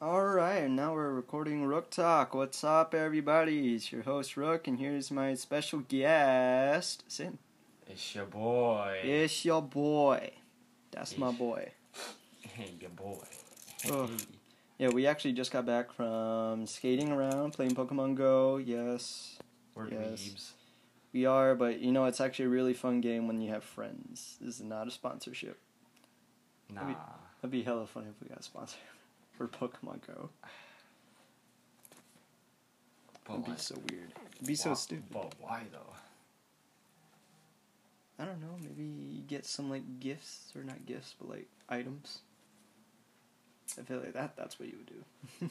All right, and now we're recording Rook Talk. What's up, everybody? It's your host Rook, and here's my special guest, Sin. It's your boy. It's your boy. That's my Ish. boy. Hey, your boy. Ugh. Hey. Yeah, we actually just got back from skating around, playing Pokemon Go. Yes, We're Yes. dweebs. we are, but you know, it's actually a really fun game when you have friends. This is not a sponsorship. Nah. Maybe- That'd be hella funny if we got a sponsor for Pokemon Go. But That'd be like, so weird. It'd be so why- stupid. But why though? I don't know, maybe you get some like gifts or not gifts, but like items. I feel like that that's what you would do.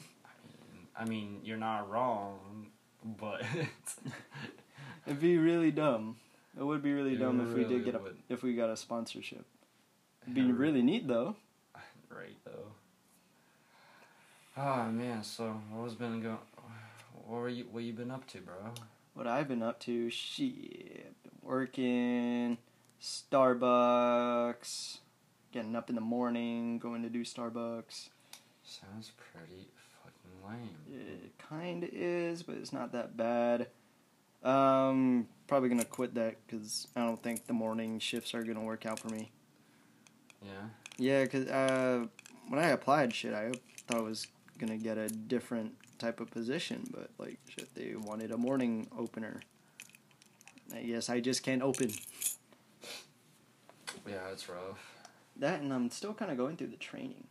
I mean, you're not wrong, but It'd be really dumb. It would be really It dumb if we really did get a would. if we got a sponsorship. It'd be really neat though. right though. Ah man, so what was been going? What were you? What you been up to, bro? What I've been up to, shit, been working, Starbucks, getting up in the morning, going to do Starbucks. Sounds pretty fucking lame. It kind of is, but it's not that bad. Um, probably gonna quit that because I don't think the morning shifts are gonna work out for me. Yeah. Yeah, cause uh, when I applied, shit, I thought I was gonna get a different type of position, but like, shit, they wanted a morning opener. I guess I just can't open Yeah, it's rough. that, and I'm still kind of going through the training,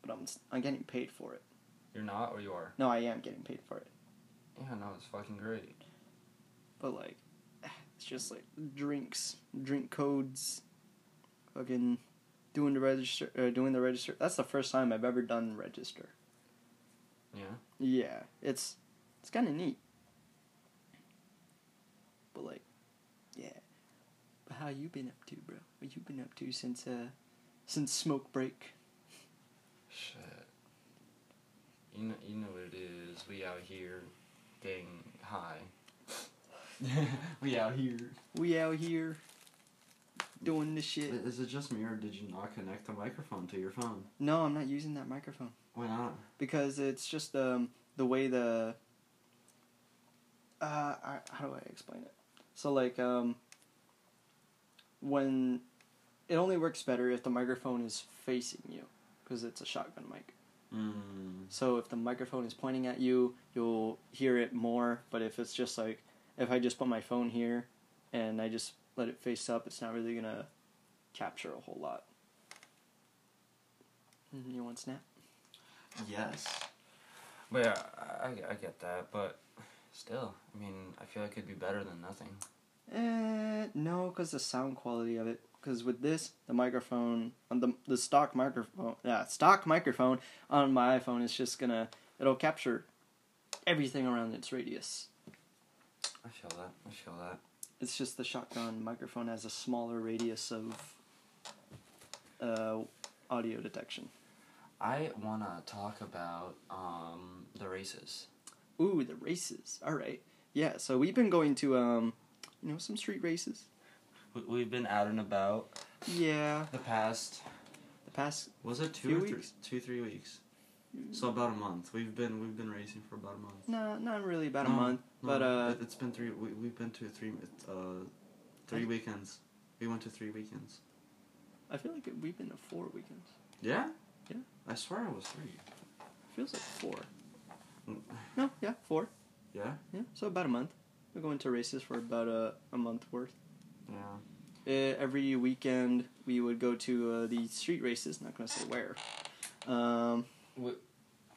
but I'm s- I'm getting paid for it. You're not, or you are. No, I am getting paid for it, Yeah, no, it's fucking great. but like, it's just like drinks, drink codes, fucking doing the register, uh, doing the register. That's the first time I've ever done register. Yeah. Yeah, it's it's kind of neat. But like, yeah. But how you been up to, bro? What you been up to since uh since smoke break? Shit. you know, you know what it is. We out here getting high. we out here. We out here doing this shit. Is it just me or did you not connect the microphone to your phone? No, I'm not using that microphone Why not? because it's just um, the way the. Uh, I, how do I explain it? So like um. When, it only works better if the microphone is facing you, because it's a shotgun mic. Hmm. Mm. So if the microphone is pointing at you, you'll hear it more. But if it's just like if I just put my phone here and I just let it face up, it's not really gonna capture a whole lot. Mm, You want snap? Yes. But yeah, I, I- I get that, but still, I mean, I feel like it'd be better than nothing. Eh, no, because the sound quality of it. Because with this, the microphone on the the stock microphone, yeah, stock microphone on my iPhone is just gonna it'll capture everything around its radius. I feel that. I feel that. It's just the shotgun microphone has a smaller radius of uh, audio detection. I wanna talk about um the races. Ooh, the races. All right. Yeah, so we've been going to um, you know, some street races. We- We've been out and about Yeah, the past. the past Was it two Few or three, weeks. two three weeks? So about a month. We've been we've been racing for about a month. no, not really about a No, month, no, but uh, it- it's been three. We, we've been to three uh three I- weekends. We went to three weekends. I feel like we've been to four weekends. Yeah. Yeah. I swear it was three. Feels like four. Mm. No, yeah, four. Yeah. Yeah, so about a month. We're going to races for about a, a month worth. Yeah. Uh, every weekend we would go to uh, the street races. Not gonna say where. Um,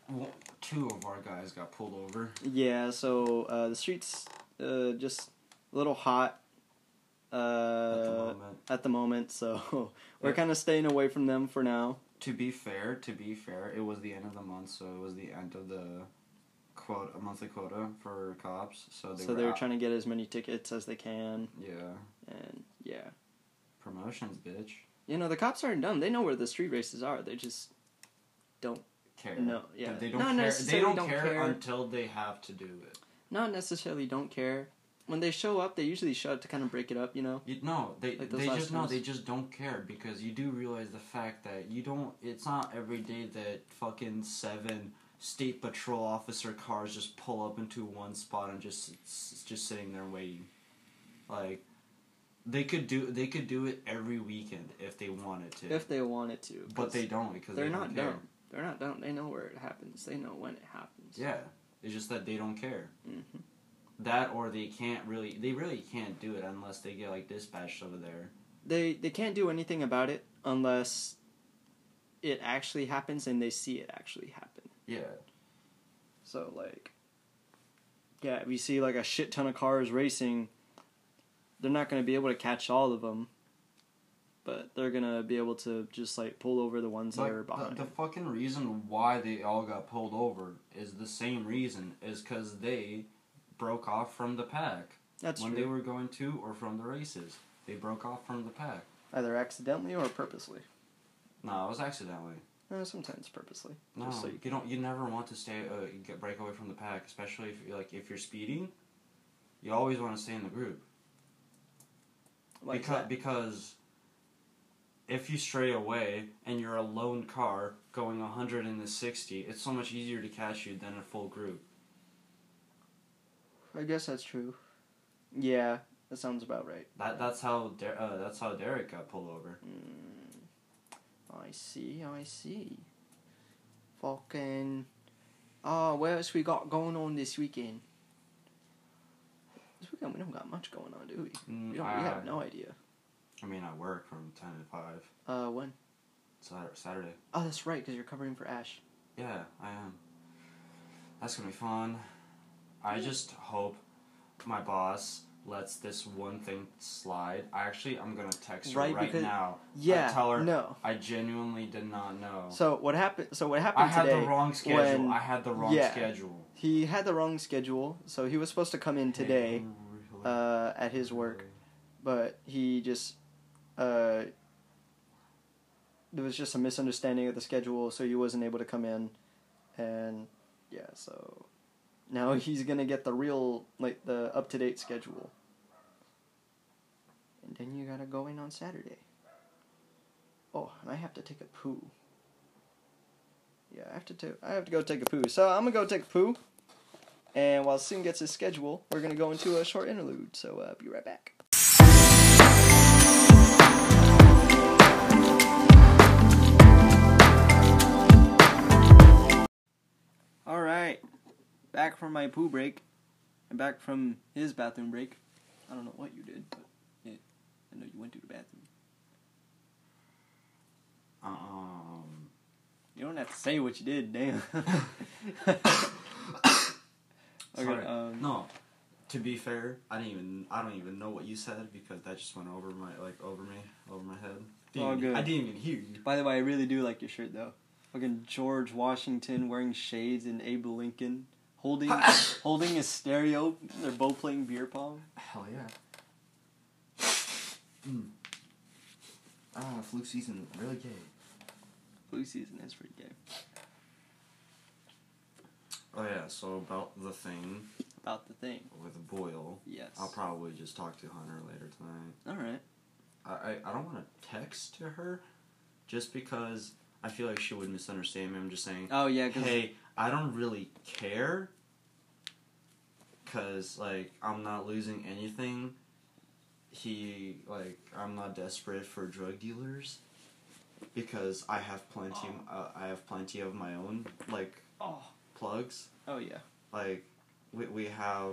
Well, two of our guys got pulled over. Yeah, so uh, the streets uh, just a little hot uh, at the moment. at the moment, so we're Yeah. kind of staying away from them for now. To be fair, to be fair, it was the end of the month, so it was the end of the quota monthly quota for cops. So they so were, they were out- trying to get as many tickets as they can, Yeah. and yeah, Promotions, bitch. you know the cops aren't dumb. They know where the street races are. They just don't Care. No, yeah. They don't Not care. They necessarily don't, don't care, care. until they have to do it. not necessarily don't care. When they show up, they usually show up to kind of break it up, you know. You, no, they Like those they last just no, times. they just don't care because you do realize the fact that you don't. It's not every day that fucking seven state patrol officer cars just pull up into one spot and just s- just sitting there waiting. Like they could do they could do it every weekend if they wanted to, If they wanted to, but 'cause they don't because they're they not don't care. dumb. They're not dumb. They know where it happens. They know when it happens. Yeah, it's just that they don't care. Mhm. That or they can't really they really can't do it unless they get like dispatched over there. they they can't do anything about it unless it actually happens and they see it actually happen. Yeah. So like yeah, if you see like a shit ton of cars racing, they're not going to be able to catch all of them, but they're going to be able to just like pull over the ones Like, that are behind. The, the fucking reason why they all got pulled over is the same reason is because they broke off from the pack That's when true. they were going to or from the races. They broke off from the pack. Either accidentally or purposely. No, it was accidentally. Uh, sometimes purposely. No, Just like you don't. You never want to stay uh, get break away from the pack, especially if you're like if you're speeding. You always want to stay in the group. like because that. because if you stray away and you're a lone car going 100 in the 60, it's so much easier to catch you than a full group. I guess that's true. Yeah, that sounds about right. That that's how Der- uh, that's how Derek got pulled over. Mm, I see, I see. Fucking. Oh, what else we got going on this weekend? This weekend we don't got much going on, do we? We, don't, we have no Uh, idea. I mean, I work from 10 to 5 Uh, when? Sat- Saturday. Oh, that's right, because you're covering for Ash. Yeah, I am. That's gonna be fun. I just hope my boss lets this one thing slide. I actually I'm gonna text her Right, right, because- now. Yeah. tell her- No. I genuinely did not know. So what happened? So what happened I had today? the wrong schedule. when- I had the wrong yeah. schedule. he had the wrong schedule, so he was supposed to come in today. Really? uh, at his work, but he just uh, there was just a misunderstanding of the schedule, so he wasn't able to come in, and yeah, so now he's gonna get the real like the up to date schedule. And then you gotta go in on Saturday. Oh, and I have to take a poo. Yeah, I have to ta- I have to go take a poo. So I'm gonna go take a poo. And while Sim gets his schedule, we're gonna go into a short interlude. So uh, be right back. All right, back from my poo break, and back from his bathroom break. I don't know what you did, but it, I know you went to the bathroom. Um, You don't have to say what you did, damn. sorry. okay, um, no. To be fair, I didn't even I don't even know what you said because that just went over my like over me over my head. Didn't All even- good. I didn't even hear you. By the way, I really do like your shirt though. Fucking George Washington wearing shades and Abe Lincoln holding holding a stereo. They're both playing beer pong. Hell yeah. Hmm. Ah, flu season really gay. Blue season is pretty gay. Oh yeah. So about the thing About the thing. with Boyle, Yes. I'll probably just talk to Hunter later tonight. All right. I, I, I don't want to text to her just because I feel like she would misunderstand me. I'm just saying, Oh yeah, because hey, I don't really care because, like, I'm not losing anything. He, like, I'm not desperate for drug dealers because I have plenty, uh, I have plenty of my own, like, oh plugs. oh yeah. Like, we, we have.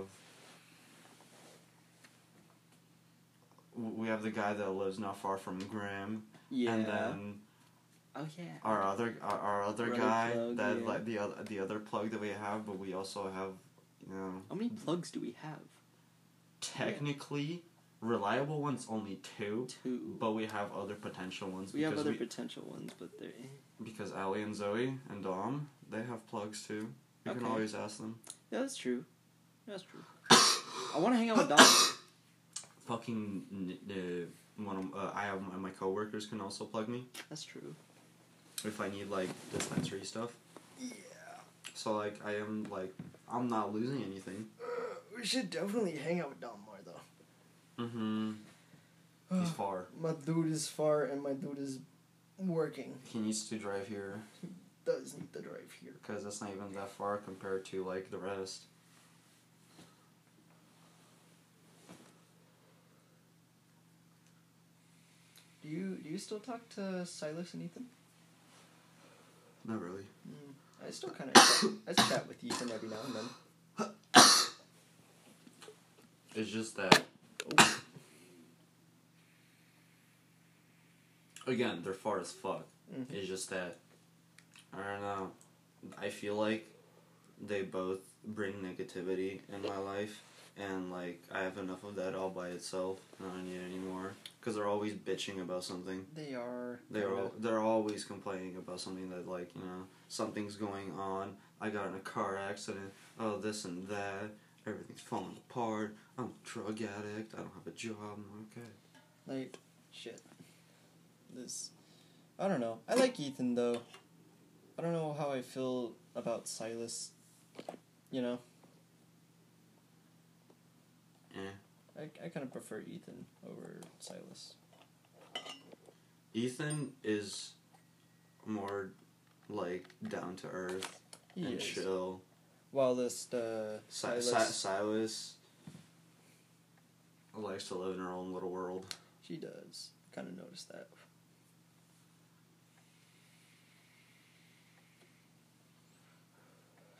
We have the guy that lives not far from Graham. Yeah. And uh, then oh yeah. our other our, our other Brother guy plug, that yeah. like the other the other plug that we have, but we also have you know How many plugs do we have? technically reliable ones only two, Two. but we have other potential ones we have because other we, potential ones, but they're eh. because Ali and Zoe and Dom they have plugs too. You can Okay. always ask them. yeah, that's true. That's true. I want to hang out with Dom. Fucking n- the one of, uh, I have my, my coworkers can also plug me That's true. if I need like dispensary stuff. Yeah. So like I am like I'm not losing anything. We should definitely hang out with Dom more though. Mm-hmm. He's far. My dude is far and my dude is working. He needs to drive here Does need to drive here. because that's not even that far compared to like the rest. Do you do you still talk to Silas and Ethan? Not really. I still kind of I chat with Ethan every now and then. It's just that. Again, they're far as fuck. Mhm. It's just that. I don't know. I feel like they both bring negativity in my life, and like I have enough of that all by itself. and I don't need any more because they're always bitching about something. They are. They're kinda- all, they're always complaining about something that like you know something's going on. I got in a car accident. Oh, this and that. Everything's falling apart. I'm a drug addict. I don't have a job. I'm Okay. like shit. This, I don't know. I like Ethan though. I don't know how I feel about Silas. You know, Eh. I I kind of prefer Ethan over Silas. Ethan is more like down to earth He and is. chill. While this uh, Si- Silas, Si- Silas likes to live in her own little world. she does kind of notice that.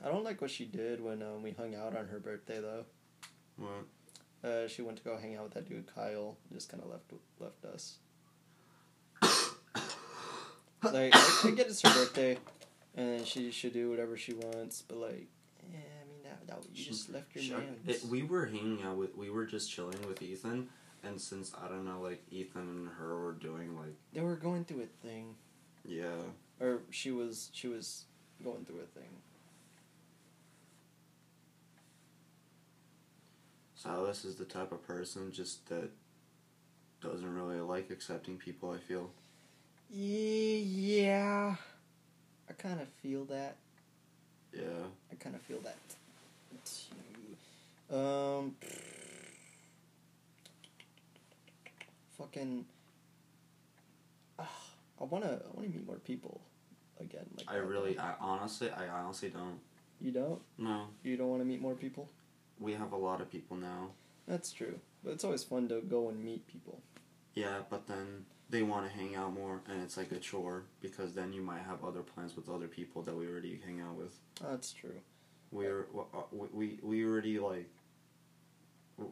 I don't like what she did when um, we hung out on her birthday though. What? Uh, she went to go hang out with that dude Kyle. and Just kind of left left us. like I, I get it's her birthday, and she should do whatever she wants. But like, yeah, I mean that, that you just left your Sure. man. It, we were hanging out with, we were just chilling with Ethan, and since I don't know, like Ethan and her were doing like, They were going through a thing, yeah, or she was she was going through a thing. Silas is the type of person just that doesn't really like accepting people. I feel Yeah, I kind of feel that. yeah, I kind of feel that. too. Um, fucking. Ah, I wanna. I wanna meet more people, again. Like I that. really, I honestly, I honestly don't. You don't. No, You don't want to meet more people. we have a lot of people now. That's true. But it's always fun to go and meet people. Yeah, but then they want to hang out more, and it's like a chore because then you might have other plans with other people that we already hang out with. oh, That's true. We're uh, we we, we already like.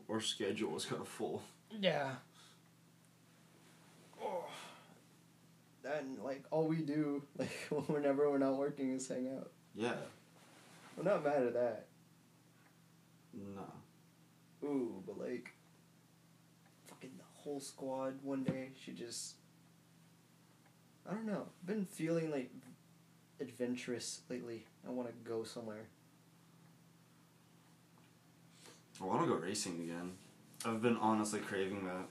Our schedule is kind of full. Yeah. Oh. And like all we do, like whenever we're not working, is hang out. Yeah. I'm not mad at that. No. Ooh, but like, fucking the whole squad one day should just. I don't know. I've been feeling like adventurous lately. I want to go somewhere. I want to go racing again. I've been honestly craving that.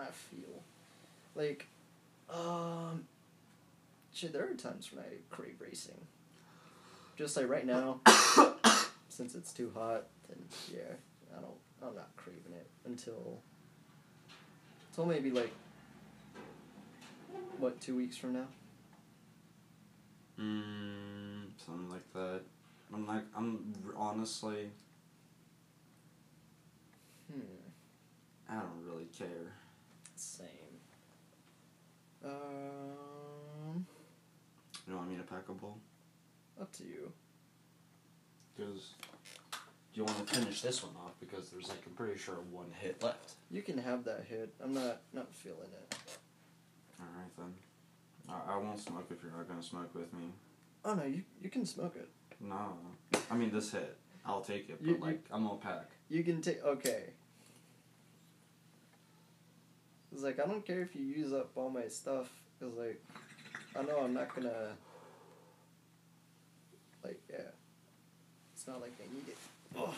I feel like, um, shit. There are times when I crave racing. Just like right now, since it's too hot, then yeah, I don't. I'm not craving it until until maybe like what two weeks from now. Mm, something like that. I'm like I'm r- honestly Hmm. I don't really care. Same. Um. You know, I mean, a pack a bowl. Up to you. Because you want to finish this one off because there's like I'm pretty sure one hit left. You can have that hit. I'm not not feeling it. All right then. I, I won't smoke if you're not gonna smoke with me. Oh no, you you can smoke it. No, I mean this hit. I'll take it, but You- you- like I'm gonna pack. You can take okay. It's like I don't care if you use up all my stuff. Cause like, I know I'm not gonna. Like yeah, it's not like I need it. Oh.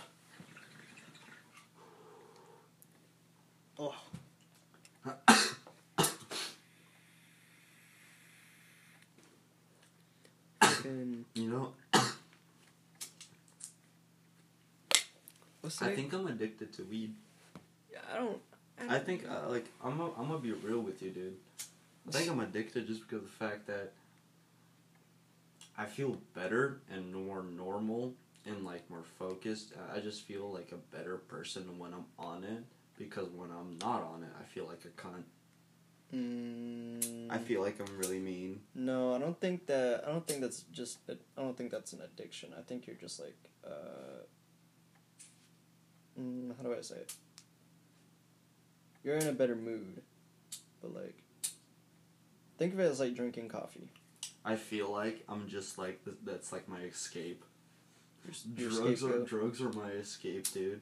Oh. Fucking- You know, What's I that? think I'm addicted to weed. I don't. I think uh, like I'm i I'm gonna be real with you, dude. I think I'm addicted just because of the fact that I feel better and more normal and like more focused. I- I just feel like a better person when I'm on it because when I'm not on it, I feel like a cunt. Mm, I feel like I'm really mean. No, I don't think that. I don't think that's just. I don't think that's an addiction. I think you're just like. Uh, mm, how do I say it? You're in a better mood, but like. Think of it as like drinking coffee. I feel like I'm just like th- that's like my escape. Your, s- your Drugs are scapegoat. drugs are my escape, dude.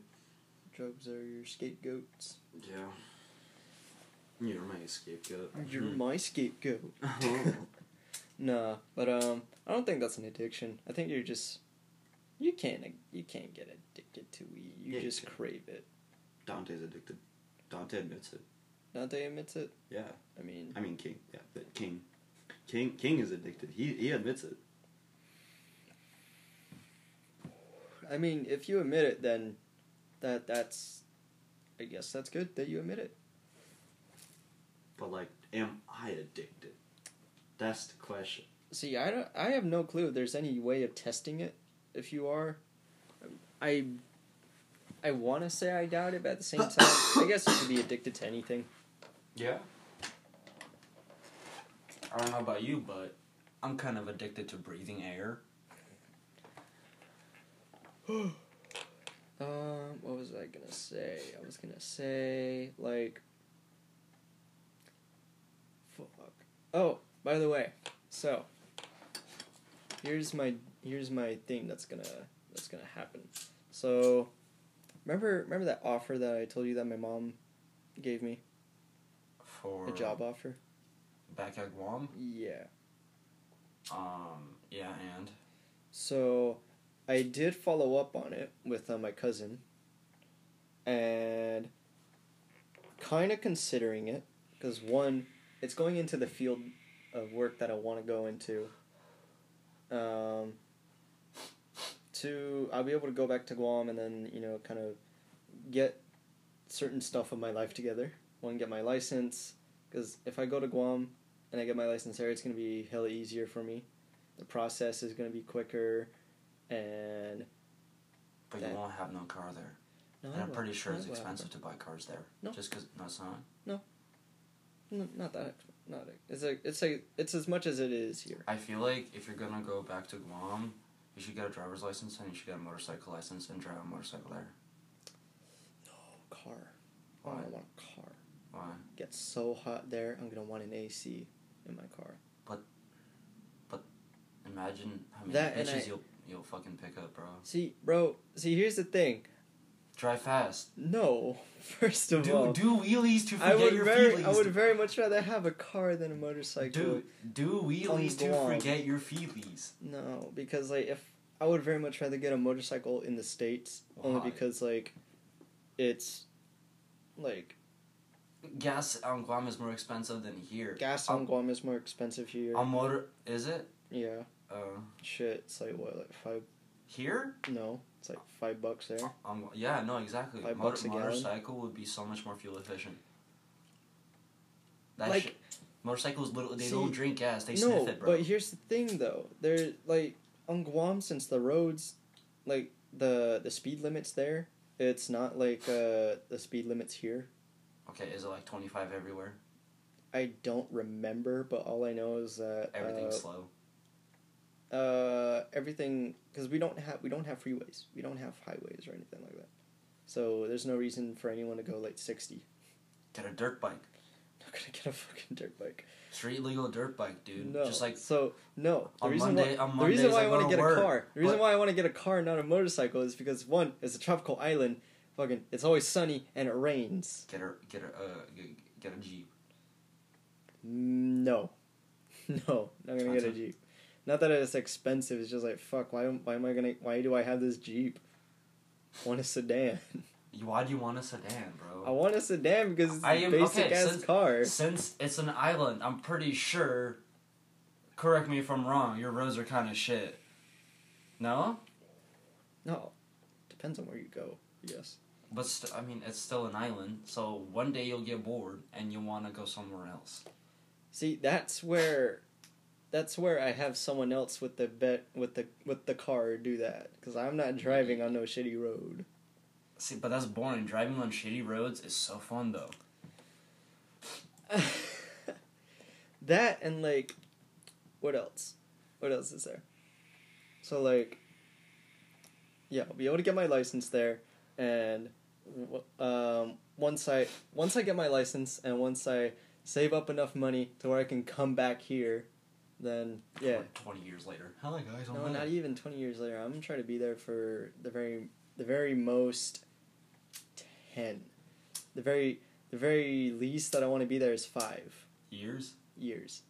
drugs are your scapegoats. Yeah. You're my escape goat. Hmm. You're my scapegoat. Oh. Nah, but um, I don't think that's an addiction. I think you're just. You can't. You can't get addicted to weed. You Yeah, you just can. crave it. Dante's addicted. Dante admits it. Dante admits it. Yeah. I mean, I mean King. Yeah, but King. King King is addicted. He he admits it. I mean, if you admit it, then that that's, I guess that's good that you admit it. But like, am I addicted? That's the question. See, I don't, I have no clue. If there's any way of testing it, if you are, I, I want to say I doubt it, but at the same time, I guess you could be addicted to anything. Yeah. I don't know about you, but I'm kind of addicted to breathing air. Um, what was I gonna say? I was gonna say like, fuck. Oh, by the way, so here's my here's my thing that's gonna that's gonna happen. So remember remember that offer that I told you that my mom gave me For a job offer. back at Guam. Yeah. Um. Yeah, and So I did follow up on it with uh, my cousin and kind of considering it because one, it's going into the field of work that I want to go into. Um, to I'll be able to go back to Guam and then you know kind of get certain stuff of my life together. One, get my license because if I go to Guam and I get my license there, it's gonna be hella easier for me. The process is gonna be quicker, and But That- you won't have no car there. No, and I I'm will. pretty sure No, it's I will. expensive to buy cars there. No. Just because, no, it's not. No, not that. ex- Not ex- it's like it's like it's as much as it is here. I feel like if you're gonna go back to Guam, you should get a driver's license and you should get a motorcycle license and drive a motorcycle there. Car. Oh, I Why? want a car. Why? Gets so hot there. I'm gonna want an AC in my car. Imagine how many That and bitches I- you'll you'll fucking pick up, bro. See, bro. See, here's the thing. Drive fast. No, first of Do all, do wheelies to forget I would your very, feelies. I would very much rather have a car than a motorcycle. do do wheelies to Guam. forget your feelies. No, because like if I would very much rather get a motorcycle in the states, Why? only because like, it's, like Gas on Guam is more expensive than here. gas on Guam is more expensive here. A motor is it? yeah, Uh, shit. It's like what, like five? here? No, it's like five bucks there. Um, yeah, no, exactly. Five Motor- bucks a gallon. motorcycle would be so much more fuel efficient. That Like- shit, motorcycles literally they See, don't drink gas; they no, sniff it, bro. but here's the thing though. They're like on Guam since the roads, like the the speed limits there. It's not like uh, the speed limits here. okay, is it like twenty five everywhere? I don't remember, but all I know is that Everything's uh, slow. uh, everything because we don't have we don't have freeways, we don't have highways or anything like that. So there's no reason for anyone to go like sixty. Get a dirt bike, Not gonna get a fucking dirt bike. street legal dirt bike, dude. no, Just like so no. The on reason Monday- why on the reason Mondays why I I go want to to get work, a car. The reason but- why I want to get a car, not a motorcycle, is because one, it's a tropical island. Fucking, it's always sunny and it rains. get a get a uh, get, get a jeep. No, no, not gonna get a Expensive. jeep. Not that it's expensive. It's just like fuck. Why? Why am I gonna? Why do I have this jeep? I want a sedan. You- Why do you want a sedan, I bro? want a sedan because it's I a am- basic okay, ass since- car. Since it's an island, I'm pretty sure. Correct me if I'm wrong. Your roads are kind of shit. No, No, depends on where you go. Yes. But st- I mean, it's still an island, so one day you'll get bored and you'll want to go somewhere else. See, that's where, that's where I have someone else with the bet with the with the car do that because I'm not driving on no shitty road. See, but that's boring. Driving on shitty roads is so fun, though. that and like, what else? What else is there? So like, yeah, I'll be able to get my license there, and w- um, once I once I get my license and once I save up enough money to where I can come back here, then yeah. Like, Twenty years later. Hello, guys. No, not even twenty years later. I'm gonna try to be there for the very, the very most ten. The very, the very least that I want to be there is five years. years.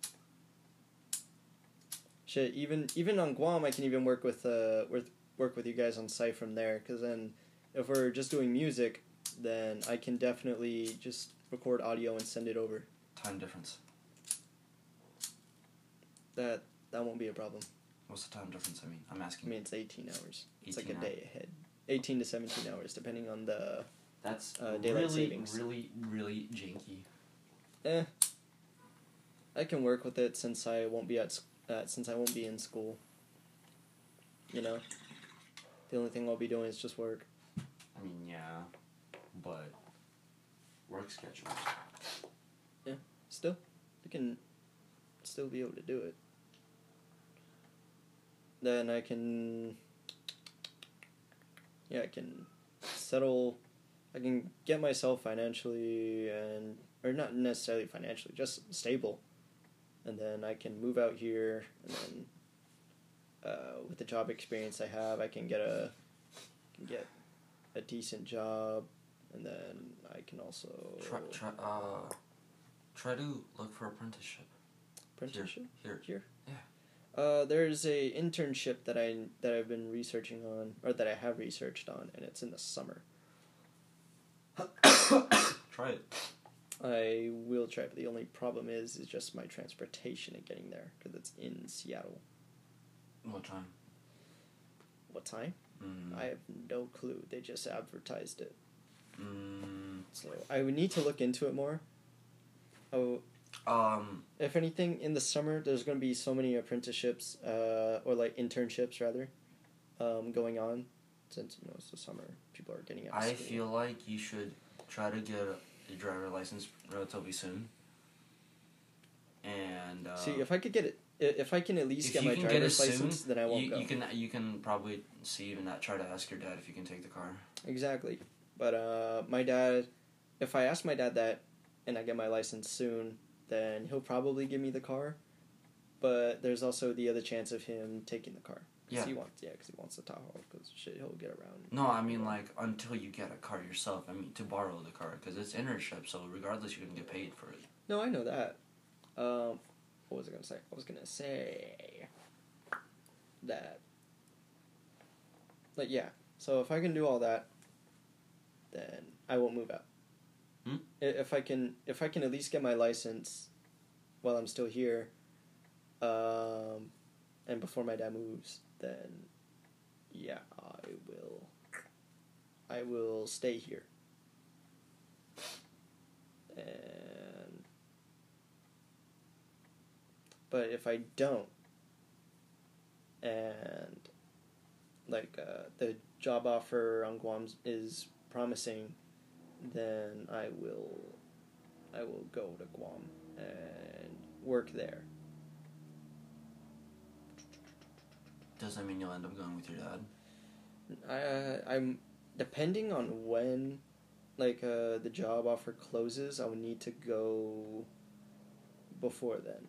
Shit, even even on Guam, I can even work with uh with work with you guys on site from there. Cause then, if we're just doing music, then I can definitely just record audio and send it over. Time difference. That that won't be a problem. What's the time difference? I mean, I'm I asking. mean, it's eighteen hours. It's like a 18 day ahead. Eighteen to seventeen hours, depending on the. That's uh, daylight really, savings. really, really janky. Eh. I can work with it since I won't be at s- uh, since I won't be in school. You know. The only thing I'll be doing is just work. I mean, yeah, but work schedules. Still, you can still be able to do it. Then I can. Yeah, I can settle. I can get myself financially and. Or not necessarily financially, just stable. And then I can move out here and then. Uh, with the job experience I have, I can get a can get a decent job, and then I can also Try, try, uh, try to look for apprenticeship apprenticeship. here. here. Yeah. Uh, there's a internship that I that I've been researching on, or that I have researched on, and it's in the summer. Try it. I will try, but the only problem is is just my transportation and getting there because it's in Seattle. What time? What time. Mm. I have no clue. They just advertised it. Mm. So I would need to look into it more. Oh, Um, if anything, in the summer there's going to be so many apprenticeships, uh, or like internships rather, um, going on, since you know it's the summer. People are getting out. Of I school. feel like you should try to get a driver license relatively soon. And uh, See, if I could get it, i- if I can at least if get you my can get it driver's license, soon, then I won't you, go. you can you can probably see even that try to ask your dad if you can take the car. Exactly. But uh, my dad, if I ask my dad that and I get my license soon, then he'll probably give me the car. But there's also the other chance of him taking the car. 'Cause Yeah. He wants, yeah, because he wants the Tahoe. Because shit, he'll get around. No, I mean like until you get a car yourself. I mean to borrow the car because it's internship, so regardless you're gonna get paid for it. No, I know that. Um, what was I gonna say? I was gonna say that. Like yeah, so if I can do all that, then I won't move out. Hmm? I- If I can, if I can at least get my license while I'm still here, um, and before my dad moves, then yeah, I will. I will stay here. And but if I don't, and like uh, the job offer on Guam is promising, then I will, I will go to Guam and work there. Doesn't mean you'll end up going with your dad. I uh, I'm depending on when, like uh, the job offer closes. I would need to go. Before then,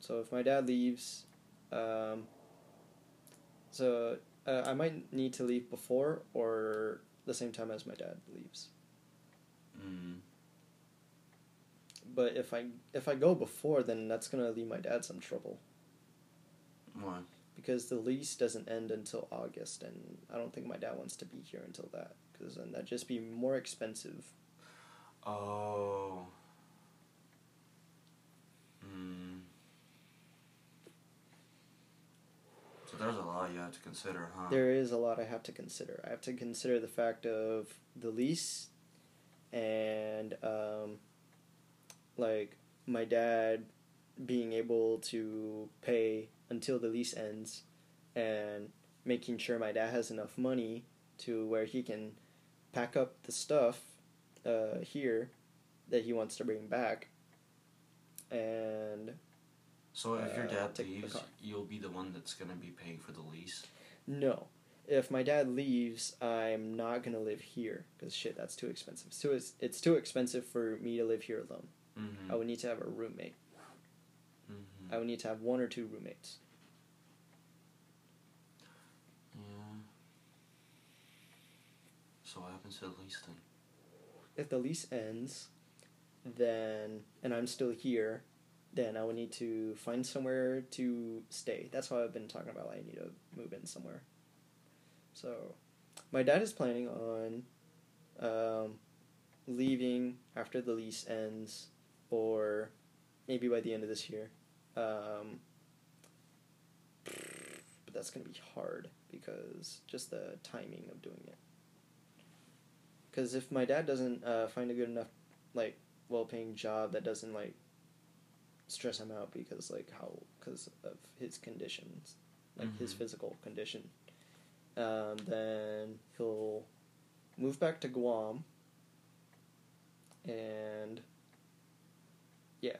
so if my dad leaves, um. So uh, I might need to leave before or the same time as my dad leaves. Mm. But if I if I go before, then that's gonna leave my dad some trouble Why? because the lease doesn't end until August, and I don't think my dad wants to be here until that because then that'd just be more expensive Oh. Mm. So there's a lot you have to consider, huh? There is a lot I have to consider. I have to consider the fact of the lease and um, like my dad being able to pay until the lease ends and making sure my dad has enough money to where he can pack up the stuff uh, here that he wants to bring back and so if your uh, dad take the leaves, car. you'll be the one that's gonna be paying for the lease. No. If my dad leaves, I'm not gonna live here because shit, that's too expensive. So it's it's too expensive for me to live here alone. Mm-hmm. I would need to have a roommate. mm-hmm. I would need to have one or two roommates. Yeah. So what happens to the lease then? If the lease ends, then and I'm still here, then I would need to find somewhere to stay. That's why I've been talking about. I need to move in somewhere. So, my dad is planning on um, leaving after the lease ends, or maybe by the end of this year. Um, but that's gonna be hard because just the timing of doing it. Because if my dad doesn't uh, find a good enough, like, well-paying job that doesn't like stress him out because like how because of his conditions, like his Mhm. physical condition, um, then he'll move back to Guam. And yeah,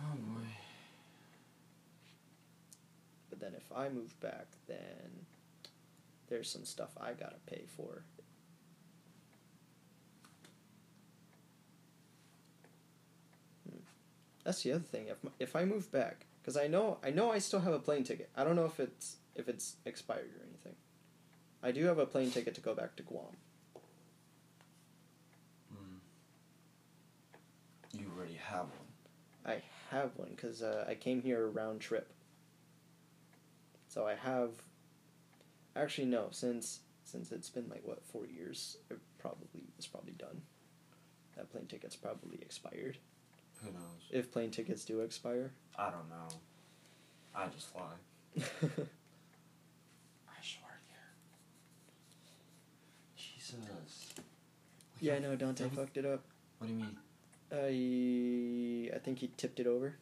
Oh boy. But then if I move back, then there's some stuff I gotta pay for. Hmm. That's the other thing. If m- if I move back, because I know I know I still have a plane ticket. I don't know if it's if it's expired or anything. I do have a plane ticket to go back to Guam. Mm. You already have one. I have one because uh, I came here round trip. So I have. Actually, no. Since since it's been like what four years, it probably it's probably done. That plane ticket's probably expired. Who knows? If plane tickets do expire, I don't know. I just lie. I swear to God. Jesus. We Yeah, I got- know Dante Dante- fucked it up. What do you mean? Uh, he, I think he tipped it over,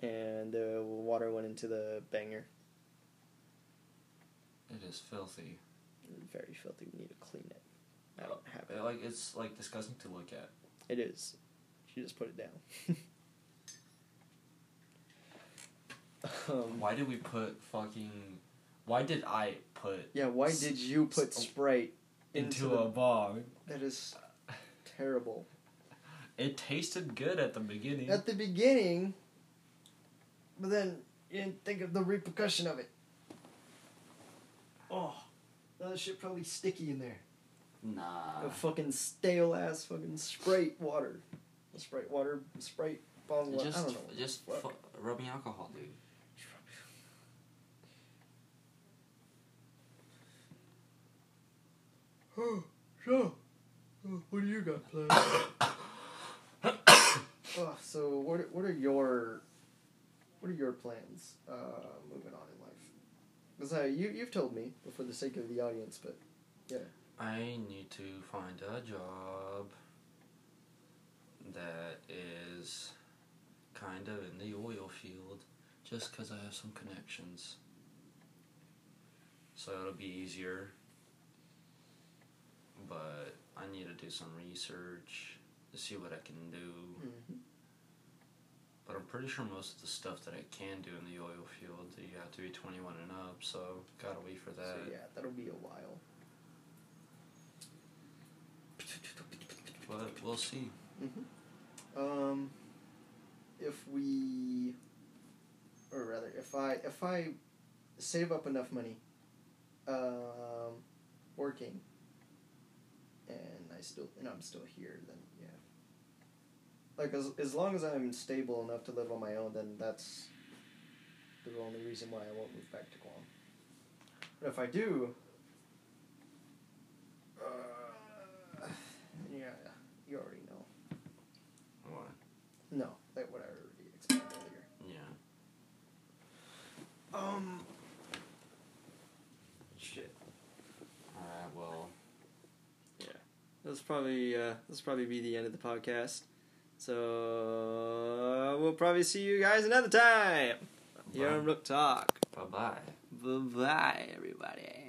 and the water went into the banger. It is filthy. Very filthy. We need to clean it. I don't have It, it. Uh, like it's like disgusting to look at. It is. She just put it down. um, Why did we put fucking? Why did I put yeah. Why did you put Sprite into, the- a bar? That is terrible. It tasted good at the beginning. At the beginning, but then you didn't think of the repercussion of it. Oh, that shit probably sticky in there. Nah. A fucking stale ass fucking Sprite water. Sprite water, Sprite bottle water. Just, I don't know. just Fuck. fu- rubbing alcohol, dude. Oh, so, oh, what do you got planned? oh, so what? are- What are your, what are your plans? Uh, moving on in life, because uh, you you've told me, but for the sake of the audience, but I need to find a job that is kind of in the oil field just because I have some connections. So it'll be easier. But I need to do some research to see what I can do. But I'm pretty sure most of the stuff that I can do in the oil field, you have to be 21 and up, so gotta wait for so that. yeah, that'll be a while. But we'll see. Um, if we, or rather, if I if I save up enough money, um, working, and I still and I'm still here, then yeah. Like as as long as I'm stable enough to live on my own, then that's the only reason why I won't move back to Guam. But if I do, uh, yeah, you already know. What? No, that what I already explained earlier. Yeah. Um. Shit. Alright, well. That's probably uh, that's probably be the end of the podcast. So we'll probably see you guys another time here on Rook Talk. Bye bye. Bye bye, everybody.